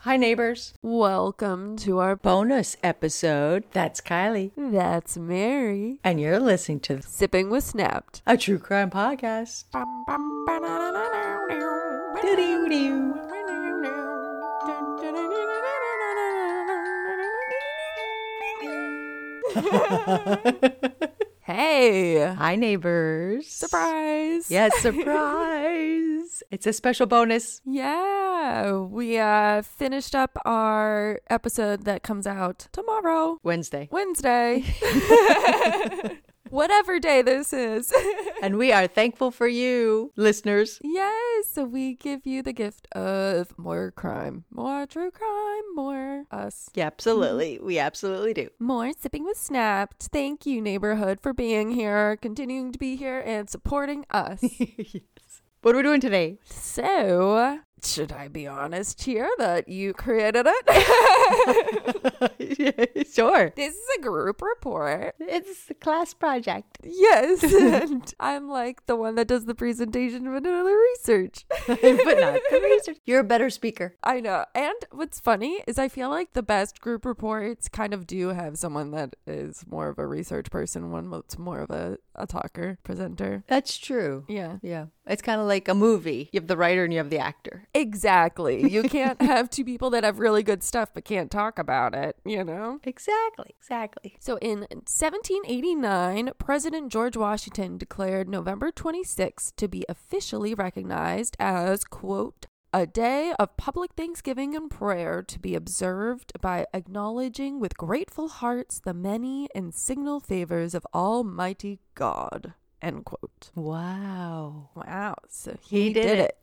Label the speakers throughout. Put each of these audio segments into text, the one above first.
Speaker 1: Hi, neighbors.
Speaker 2: Welcome to our
Speaker 3: bonus episode.
Speaker 1: That's Kylie.
Speaker 2: That's Mary.
Speaker 1: And you're listening to
Speaker 2: Sipping with Snapped.
Speaker 1: a true crime podcast. Doo-doo-doo.
Speaker 2: Hey.
Speaker 1: Hi, neighbors.
Speaker 2: Surprise.
Speaker 1: Yes, surprise. it's a special bonus.
Speaker 2: Yeah. We uh finished up our episode that comes out tomorrow,
Speaker 1: Wednesday.
Speaker 2: Wednesday. Whatever day this is.
Speaker 1: And we are thankful for you, listeners.
Speaker 2: Yes, so we give you the gift of more crime, more true crime, more us,
Speaker 1: Yeah, absolutely. We absolutely do.
Speaker 2: more sipping with snapped. Thank you, neighborhood, for being here, continuing to be here, and supporting us.
Speaker 1: yes. What are we doing today?
Speaker 2: so, should I be honest here that you created it?
Speaker 1: sure.
Speaker 2: this is a group report.
Speaker 1: It's a class project.
Speaker 2: Yes, and I'm like the one that does the presentation but another research.
Speaker 1: but not the research. You're a better speaker.
Speaker 2: I know. And what's funny is I feel like the best group reports kind of do have someone that is more of a research person, one that's more of a, a talker, presenter.
Speaker 1: That's true.
Speaker 2: Yeah.
Speaker 1: Yeah. It's kind of like a movie. You have the writer and you have the actor.
Speaker 2: Exactly. You can't have two people that have really good stuff but can't talk about it, you know?
Speaker 1: Exactly. Exactly.
Speaker 2: So in 1789, President George Washington declared November 26 to be officially recognized as, quote, a day of public thanksgiving and prayer to be observed by acknowledging with grateful hearts the many and signal favors of Almighty God, end quote.
Speaker 1: Wow.
Speaker 2: Wow. So
Speaker 1: He
Speaker 2: he,
Speaker 1: did
Speaker 2: did,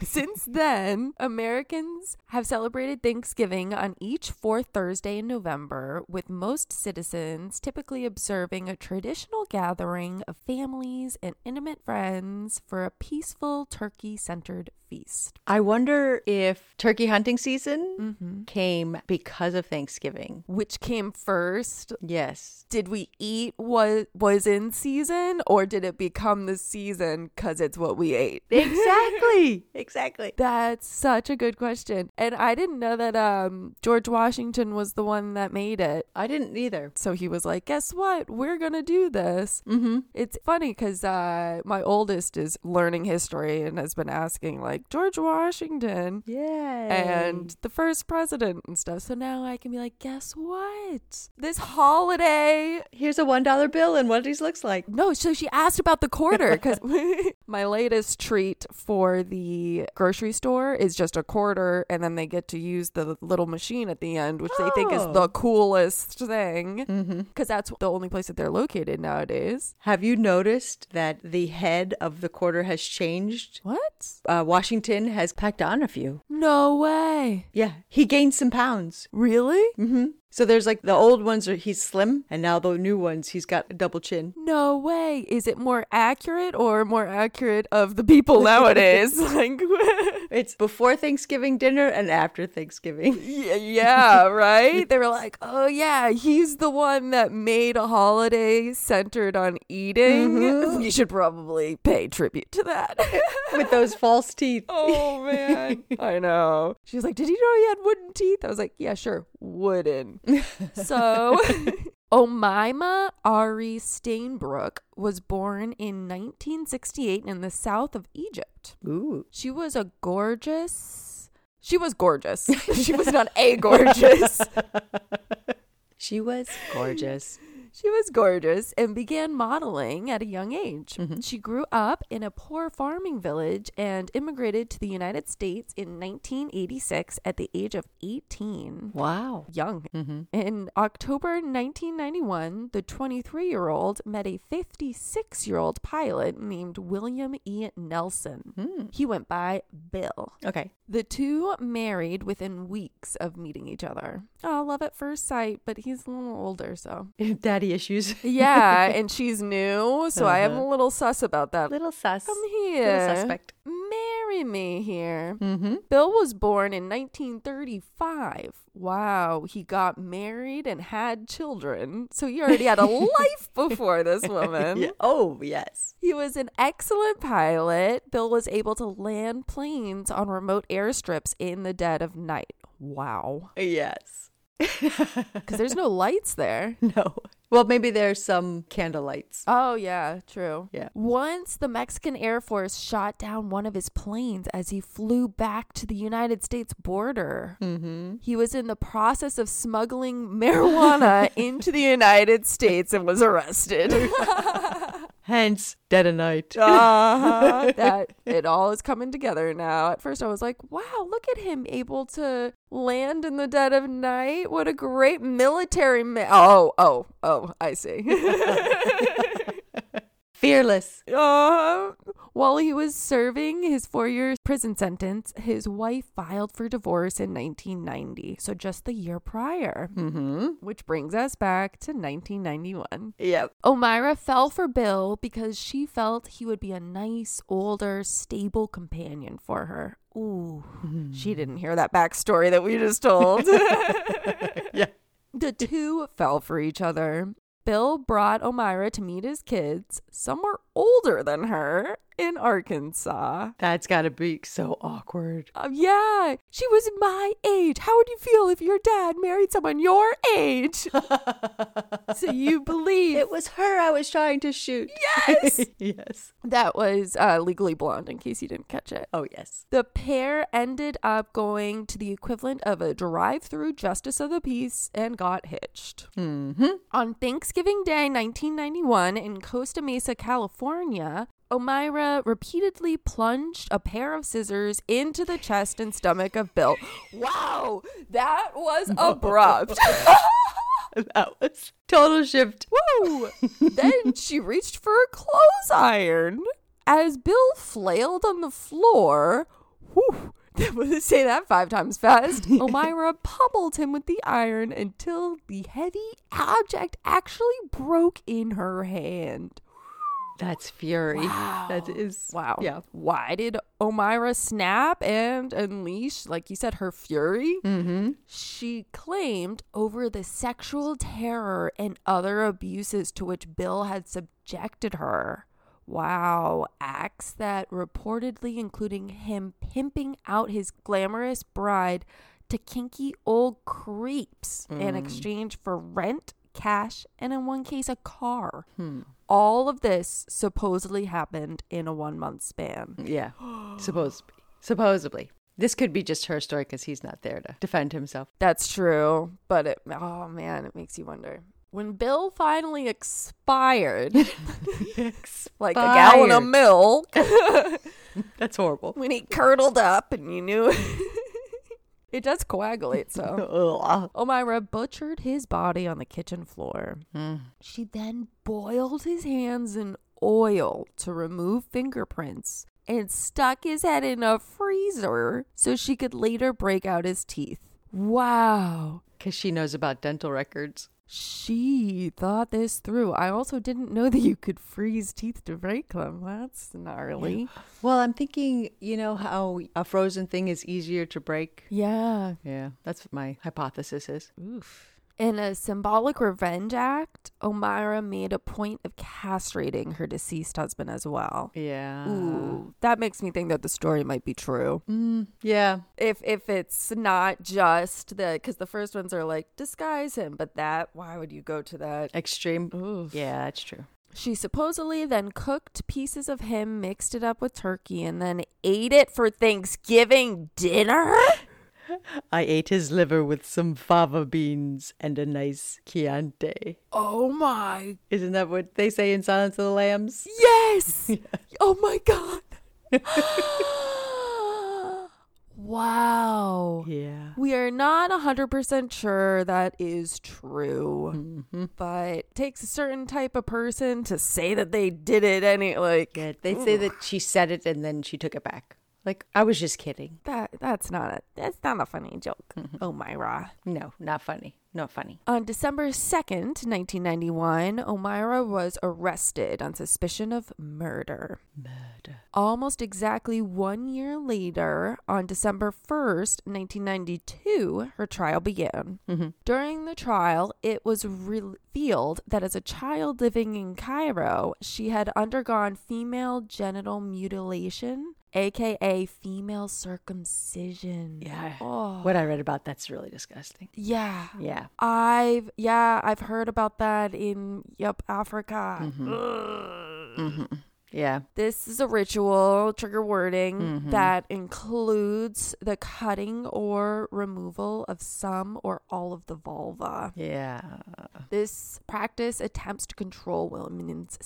Speaker 2: it. Since then, Americans have celebrated Thanksgiving on each fourth Thursday in November, with most citizens typically observing a traditional gathering of families and intimate friends for a peaceful turkey centered feast.
Speaker 1: I wonder if turkey hunting season
Speaker 2: Mm-hmm.
Speaker 1: came because of Thanksgiving.
Speaker 2: Which came first?
Speaker 1: Yes.
Speaker 2: Did we eat what was in season, or did it become the season because it's what we ate?
Speaker 1: Exactly. exactly.
Speaker 2: That's such a good question. And I didn't know that um George Washington was the one that made it.
Speaker 1: I didn't either.
Speaker 2: So he was like, "Guess what? We're going to do this."
Speaker 1: Mm-hmm.
Speaker 2: It's funny cuz uh my oldest is learning history and has been asking like George Washington
Speaker 1: Yeah.
Speaker 2: and the first president and stuff. So now I can be like, "Guess what? This holiday
Speaker 1: here's a one dollar bill and what these looks like.
Speaker 2: No, so she asked about the quarter because my latest treat for the grocery store is just a quarter, and then they get to use the little machine at the end, which they think is
Speaker 1: Oh.
Speaker 2: the coolest thing
Speaker 1: Mm-hmm.
Speaker 2: because that's the only place that they're located nowadays.
Speaker 1: Have you noticed that the head of the quarter has changed?
Speaker 2: What?
Speaker 1: Uh, Washington has packed on a few.
Speaker 2: No way.
Speaker 1: Yeah, he gained some pounds.
Speaker 2: Really?
Speaker 1: Mm-hmm. So there's like the old ones are he's slim, and now the new ones he's got a double chin.
Speaker 2: No way. Is it more accurate or more accurate of the people nowadays? like,
Speaker 1: It's before Thanksgiving dinner and after Thanksgiving.
Speaker 2: Yeah, yeah, right? They were like, oh, yeah, he's the one that made a holiday centered on eating. You should probably pay tribute to that.
Speaker 1: With those false teeth.
Speaker 2: oh, man. I know. She was like, did you know he had wooden teeth? I was like, yeah, sure, wooden. so. Omaima Ari Stainbrook was born in 1968 in the south of Egypt.
Speaker 1: Ooh.
Speaker 2: She was a gorgeous. She was gorgeous. she was not a gorgeous.
Speaker 1: She was gorgeous.
Speaker 2: she was gorgeous and began modeling at a young age. She grew up in a poor farming village and immigrated to the United States in 1986 at the age of 18.
Speaker 1: wow.
Speaker 2: Young. In October 1991, the 23 year old met a 56 year old pilot named William E. Nelson. He went by Bill.
Speaker 1: Okay.
Speaker 2: The two married within weeks of meeting each other. Oh, love at first sight, but he's a little older, so.
Speaker 1: Daddy issues.
Speaker 2: Yeah, and she's new, so I am a little sus about that.
Speaker 1: Uh-huh. Little sus.
Speaker 2: Come here.
Speaker 1: Little suspect.
Speaker 2: Marry me here.
Speaker 1: Mm-hmm.
Speaker 2: Bill was born in 1935. Wow, he got married and had children. So he already had a life before this woman.
Speaker 1: Oh yes.
Speaker 2: He was an excellent pilot. Bill was able to land planes on remote airstrips in the dead of night. Wow.
Speaker 1: Yes.
Speaker 2: Because there's no lights there.
Speaker 1: No. Well, maybe there's some candle lights.
Speaker 2: Oh, yeah, true.
Speaker 1: Yeah.
Speaker 2: Once the Mexican Air Force shot down one of his planes as he flew back to the United States border. Mm-hmm. He was in the process of smuggling marijuana into the United States and was arrested.
Speaker 1: Hence, dead a night.
Speaker 2: uh-huh, that it all is coming together now. At first, I was like, wow, look at him able to land in the dead of night. What a great military man. Oh, oh, oh, I see.
Speaker 1: Fearless.
Speaker 2: Uh, while he was serving his four year prison sentence, his wife filed for divorce in 1990. So just the year prior,
Speaker 1: Mm-hmm.
Speaker 2: which brings us back to 1991.
Speaker 1: Yep.
Speaker 2: Omira fell for Bill because she felt he would be a nice, older, stable companion for her. Ooh, she didn't hear that backstory that we just told.
Speaker 1: Yeah.
Speaker 2: the two fell for each other. Bill brought Omira to meet his kids, some were older than her, in Arkansas.
Speaker 1: That's got to be so awkward.
Speaker 2: Uh, yeah, she was my age. How would you feel if your dad married someone your age? so you believe
Speaker 1: It was her I was trying to shoot. Yes. yes.
Speaker 2: That was uh, Legally Blonde, in case you didn't catch it.
Speaker 1: Oh, yes.
Speaker 2: The pair ended up going to the equivalent of a drive through Justice of the Peace and got hitched.
Speaker 1: Mm-hmm.
Speaker 2: On Thanksgiving Day 1991 in Costa Mesa, California, Omira repeatedly plunged a pair of scissors into the chest and stomach of Bill. Wow, that was abrupt.
Speaker 1: That was total shift.
Speaker 2: Woo! then she reached for a clothes iron. As Bill flailed on the floor, whew, say that five times fast, Omira pummeled him with the iron until the heavy object actually broke in her hand.
Speaker 1: That's fury. That is.
Speaker 2: Wow.
Speaker 1: Yeah.
Speaker 2: Why did Omira snap and unleash, like you said, her fury?
Speaker 1: Mm-hmm.
Speaker 2: She claimed over the sexual terror and other abuses to which Bill had subjected her. Wow, acts that reportedly including him pimping out his glamorous bride to kinky old creeps in exchange for rent, cash, and in one case, a car. All of this supposedly happened in a one month span.
Speaker 1: Yeah. Supposedly. Supposedly. This could be just her story because he's not there to defend himself.
Speaker 2: That's true, but it, oh man, it makes you wonder. When Bill finally expired, like a gallon of
Speaker 1: Expired.
Speaker 2: milk,
Speaker 1: That's horrible.
Speaker 2: when he curdled up and you knew it does coagulate, so.
Speaker 1: Ugh.
Speaker 2: Omira butchered his body on the kitchen floor. She then boiled his hands in oil to remove fingerprints and stuck his head in a freezer so she could later break out his teeth. Wow.
Speaker 1: Because she knows about dental records.
Speaker 2: She thought this through. I also didn't know that you could freeze teeth to break them. That's gnarly.
Speaker 1: Well, I'm thinking, you know, how a frozen thing is easier to break.
Speaker 2: Yeah.
Speaker 1: Yeah, that's what my hypothesis is.
Speaker 2: Oof. In a symbolic revenge act, Omira made a point of castrating her deceased husband as well.
Speaker 1: Yeah.
Speaker 2: Ooh, that makes me think that the story might be true.
Speaker 1: Mm, yeah.
Speaker 2: If if it's not just the because the first ones are like disguise him, but that why would you go to that?
Speaker 1: Extreme.
Speaker 2: Oof.
Speaker 1: Yeah, that's true.
Speaker 2: She supposedly then cooked pieces of him, mixed it up with turkey, and then ate it for Thanksgiving dinner?
Speaker 1: I ate his liver with some fava beans and a nice Chianti.
Speaker 2: Oh my.
Speaker 1: Isn't that what they say in Silence of the Lambs?
Speaker 2: Yes! Oh my God. wow.
Speaker 1: Yeah.
Speaker 2: We are not 100% sure that is true, but it takes a certain type of person to say that they did it any like
Speaker 1: Yeah, they say that she said it and then she took it back. Like, I was just kidding.
Speaker 2: that that's not a that's not a funny joke. Oh my ra.
Speaker 1: No, not funny. Not funny.
Speaker 2: On December 2nd, 1991, Omira was arrested on suspicion of murder.
Speaker 1: Murder.
Speaker 2: Almost exactly one year later, on December 1st, 1992, her trial began.
Speaker 1: Mm-hmm.
Speaker 2: During the trial, it was revealed that as a child living in Cairo, she had undergone female genital mutilation aka female circumcision.
Speaker 1: Yeah.
Speaker 2: Oh.
Speaker 1: What I read about that's really disgusting.
Speaker 2: Yeah.
Speaker 1: Yeah.
Speaker 2: I've yeah, I've heard about that in yep, Africa.
Speaker 1: Mm-hmm.
Speaker 2: Ugh.
Speaker 1: Yeah.
Speaker 2: This is a ritual, trigger wording,
Speaker 1: Mm-hmm.
Speaker 2: that includes the cutting or removal of some or all of the vulva.
Speaker 1: Yeah.
Speaker 2: This practice attempts to control women's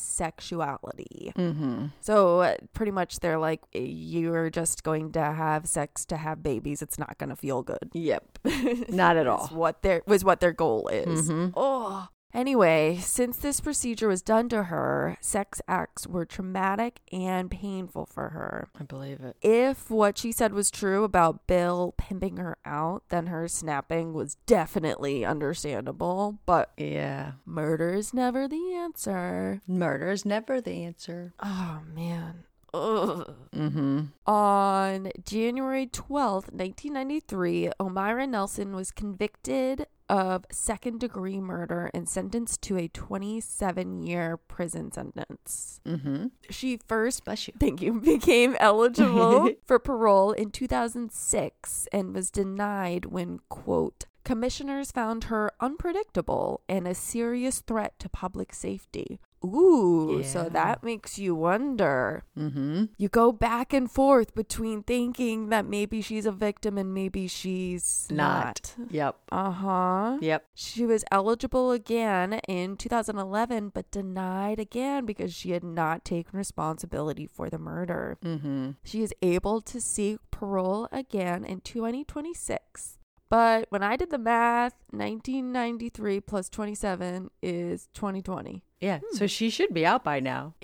Speaker 2: sexuality.
Speaker 1: Mm-hmm.
Speaker 2: So, uh, pretty much, they're like, you're just going to have sex to have babies. It's not going to feel good.
Speaker 1: Yep. Not at
Speaker 2: Is
Speaker 1: all.
Speaker 2: what their was what their goal is.
Speaker 1: Mhm.
Speaker 2: Oh. Anyway, since this procedure was done to her, sex acts were traumatic and painful for her.
Speaker 1: I believe it.
Speaker 2: If what she said was true about Bill pimping her out, then her snapping was definitely understandable, but
Speaker 1: Yeah.
Speaker 2: murder is never the answer.
Speaker 1: Murder is never the answer.
Speaker 2: Oh man. Ugh.
Speaker 1: Mm-hmm.
Speaker 2: On January 12th, 1993, Omira Nelson was convicted of second degree murder and sentenced to a 27 year prison sentence.
Speaker 1: Mm-hmm.
Speaker 2: She first
Speaker 1: Bless you.
Speaker 2: thank you, became eligible for parole in 2006 and was denied when, quote, commissioners found her unpredictable and a serious threat to public safety. Ooh, so
Speaker 1: Yeah.
Speaker 2: that makes you wonder.
Speaker 1: Mm-hmm.
Speaker 2: You go back and forth between thinking that maybe she's a victim and maybe she's not.
Speaker 1: Not. Yep.
Speaker 2: Uh huh.
Speaker 1: Yep.
Speaker 2: She was eligible again in 2011, but denied again because she had not taken responsibility for the murder.
Speaker 1: Mm-hmm.
Speaker 2: She is able to seek parole again in 2026. But when I did the math, 1993 plus 27 is 2020.
Speaker 1: Yeah. So she should be out by now,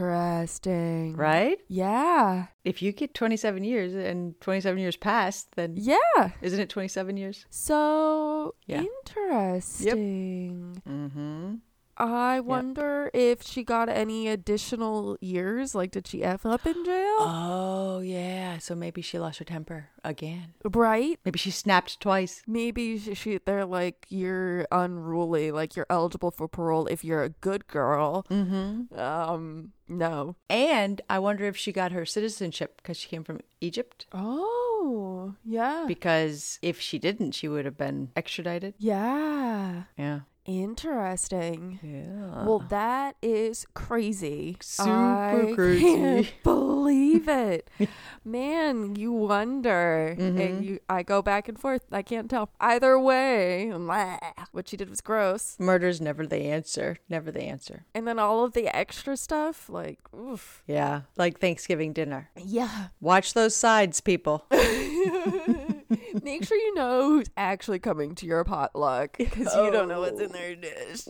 Speaker 2: Interesting.
Speaker 1: right?
Speaker 2: Yeah.
Speaker 1: If you get 27 years and 27 years passed, then
Speaker 2: Yeah.
Speaker 1: isn't it 27 years?
Speaker 2: So
Speaker 1: Yeah.
Speaker 2: interesting.
Speaker 1: Mm-hmm.
Speaker 2: I wonder if she got any additional years. Like, did she F up in jail?
Speaker 1: Oh, yeah. So maybe she lost her temper again.
Speaker 2: right?
Speaker 1: Maybe she snapped twice.
Speaker 2: Maybe she, she, they're like, you're unruly. Like, you're eligible for parole if you're a good girl.
Speaker 1: Mm-hmm.
Speaker 2: Um, no.
Speaker 1: And I wonder if she got her citizenship because she came from Egypt.
Speaker 2: Oh, yeah.
Speaker 1: Because if she didn't, she would have been extradited.
Speaker 2: yeah.
Speaker 1: Yeah.
Speaker 2: Interesting.
Speaker 1: Yeah.
Speaker 2: Well, that is crazy.
Speaker 1: Uh-uh. Super
Speaker 2: I
Speaker 1: crazy.
Speaker 2: Can't believe it. Man, you wonder.
Speaker 1: Mm-hmm.
Speaker 2: And you, I go back and forth. I can't tell. Either way, blah, what she did was gross.
Speaker 1: murder's never the answer. Never the answer.
Speaker 2: And then all of the extra stuff, like, oof.
Speaker 1: Yeah. Like Thanksgiving dinner.
Speaker 2: Yeah.
Speaker 1: Watch those sides, people.
Speaker 2: Make sure you know who's actually coming to your potluck because you don't know what's
Speaker 1: Oh.
Speaker 2: in their dish.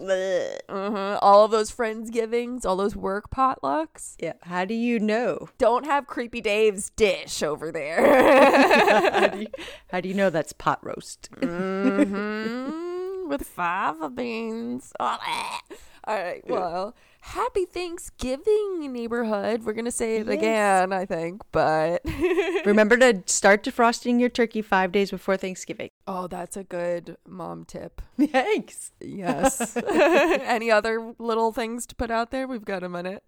Speaker 2: Uh-huh. All of those friendsgivings, all those work potlucks.
Speaker 1: yeah. How do you know?
Speaker 2: Don't have Creepy Dave's dish over there.
Speaker 1: how, do you, how do you know that's pot roast?
Speaker 2: Mm. Mhm, with fava beans. Oh, eh. All right. Well, happy Thanksgiving, neighborhood. We're gonna say it
Speaker 1: Yes.
Speaker 2: again, I think, but
Speaker 1: Remember to start defrosting your turkey five days before Thanksgiving.
Speaker 2: oh, that's a good mom tip.
Speaker 1: Thanks.
Speaker 2: Yes. Any other little things to put out there? We've got a minute.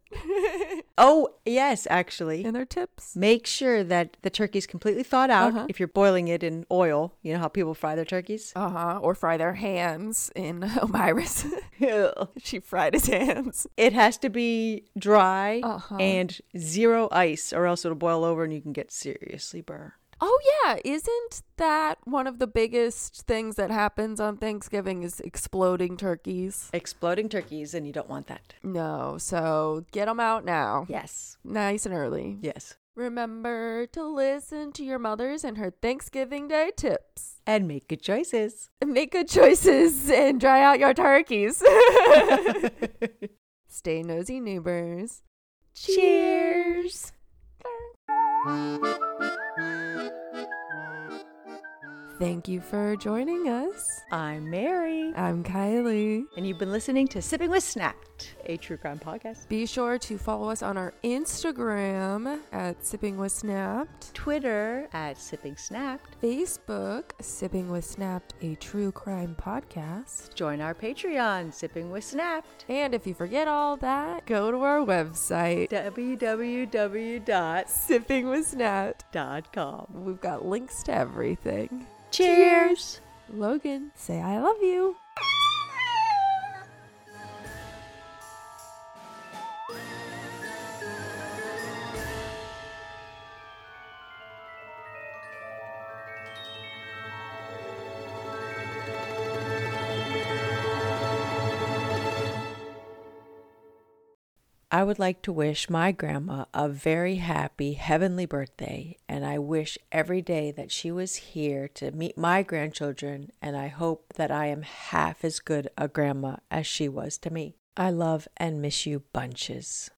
Speaker 1: Oh, yes, actually.
Speaker 2: And their tips.
Speaker 1: Make sure that the turkey's completely thawed out.
Speaker 2: Uh-huh.
Speaker 1: If you're boiling it in oil, you know how people fry their turkeys?
Speaker 2: Uh huh. Or fry their hands in Omiris. she fried his hands.
Speaker 1: It has to be dry
Speaker 2: Uh-huh.
Speaker 1: and zero ice, or else it'll boil over and you can get seriously burned.
Speaker 2: Oh yeah, isn't that one of the biggest things that happens on Thanksgiving is exploding turkeys?
Speaker 1: Exploding turkeys, and you don't want that.
Speaker 2: No, so get them out now.
Speaker 1: Yes.
Speaker 2: Nice and early.
Speaker 1: Yes.
Speaker 2: Remember to listen to your mother's and her Thanksgiving Day tips.
Speaker 1: And make good choices.
Speaker 2: And make good choices and dry out your turkeys. Stay nosy neighbors. Cheers. Thank you for joining us.
Speaker 1: I'm Mary,
Speaker 2: I'm Kylie.
Speaker 1: and you've been listening to Sipping with Snapped.
Speaker 4: at A True Crime Podcast.
Speaker 2: Be sure to follow us on our Instagram at Sipping with Snapped,
Speaker 4: Twitter at Sipping Snapped.
Speaker 2: Facebook Sipping with Snapped, a true crime podcast.
Speaker 4: Join our Patreon, Sipping with Snapped.
Speaker 2: And if you forget all that, go to our website,
Speaker 4: www.sippingwithsnapped.com.
Speaker 2: Sipping with Snapped. We've got links to everything.
Speaker 4: Cheers.
Speaker 2: Logan, say I love you.
Speaker 1: I would like to wish my grandma a very happy heavenly birthday, and I wish every day that she was here to meet my grandchildren, and I hope that I am half as good a grandma as she was to me. I love and miss you bunches.